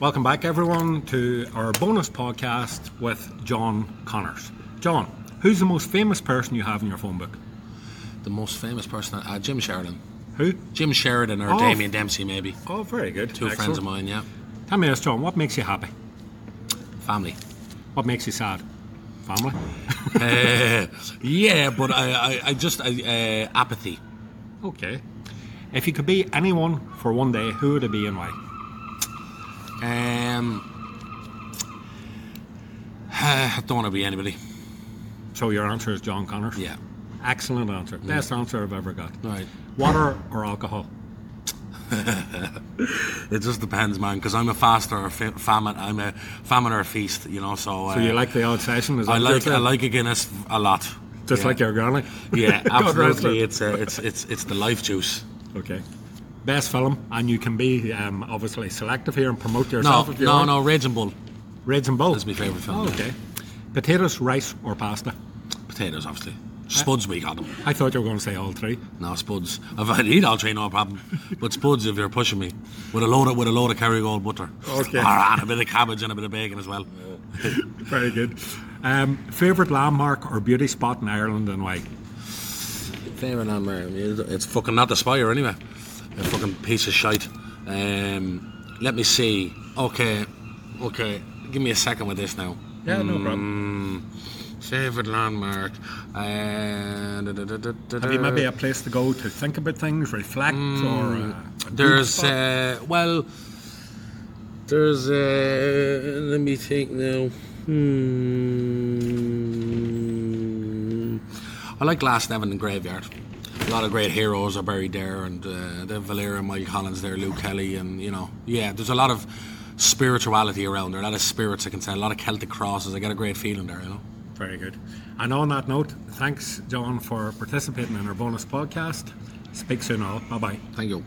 Welcome back, everyone, to our bonus podcast with John Connors. John, who's the most famous person you have in your phone book? The most famous person, uh, Jim Sheridan. Who? Jim Sheridan or Oh. Damien Dempsey, maybe. Oh, very good. Two friends of mine, yeah. Tell me this, John. What makes you happy? Family. What makes you sad? Family. Eh, yeah, but I, I, I just, I, uh, apathy. Okay. If you could be anyone for one day, who would it be and why? Um, I don't want to be anybody. So your answer is John Connors. Yeah. Excellent answer. Best answer I've ever got. Right. Water or alcohol? It just depends, man, because I'm a fast or a fa- famine. I'm a famine or a feast, you know, so. Uh, So you like the odd session? Is that I what you're like, I saying? like a Guinness a lot. Just yeah. like your granny. Yeah, God rest her. absolutely. it's, uh, it's, it's, it's the life juice. Okay. Best film, and you can be um, obviously selective here and promote No, yourself if you no, want. no, Raging Bull. Reds and Bulls. That's my favourite film. Oh, yeah. okay. Potatoes, rice, or pasta? Potatoes, obviously. Spuds, we got them. I thought you were going to say all three. No spuds. If I eat all three, no problem. But spuds, if you're pushing me, with a load of with a load of Kerrygold butter, Okay. Or- and a bit of cabbage and a bit of bacon as well. Very good. Um, favorite landmark or beauty spot in Ireland and why? Favorite landmark? It's fucking not the Spire anyway. A fucking piece of shite. Um, let me see. Okay, okay. Give me a second with this now. Yeah, no problem. Favorite landmark. Uh, da- da- da- da- da- Have you maybe a place to go to think about things, reflect, or uh, a beauty Hmm. There's spot? uh, well, there's uh, let me think now. Hmm. I like Glasnevin and Graveyard. A lot of great heroes are buried there, and uh, they Valera, Mike Collins there, Luke Kelly, and you know, yeah, there's a lot of spirituality around there. A lot of spirits, I can say, a lot of Celtic crosses. I get a great feeling there, you know. Very good. And on that note, thanks, John, for participating in our bonus podcast. Speak soon, all. Bye bye. Thank you.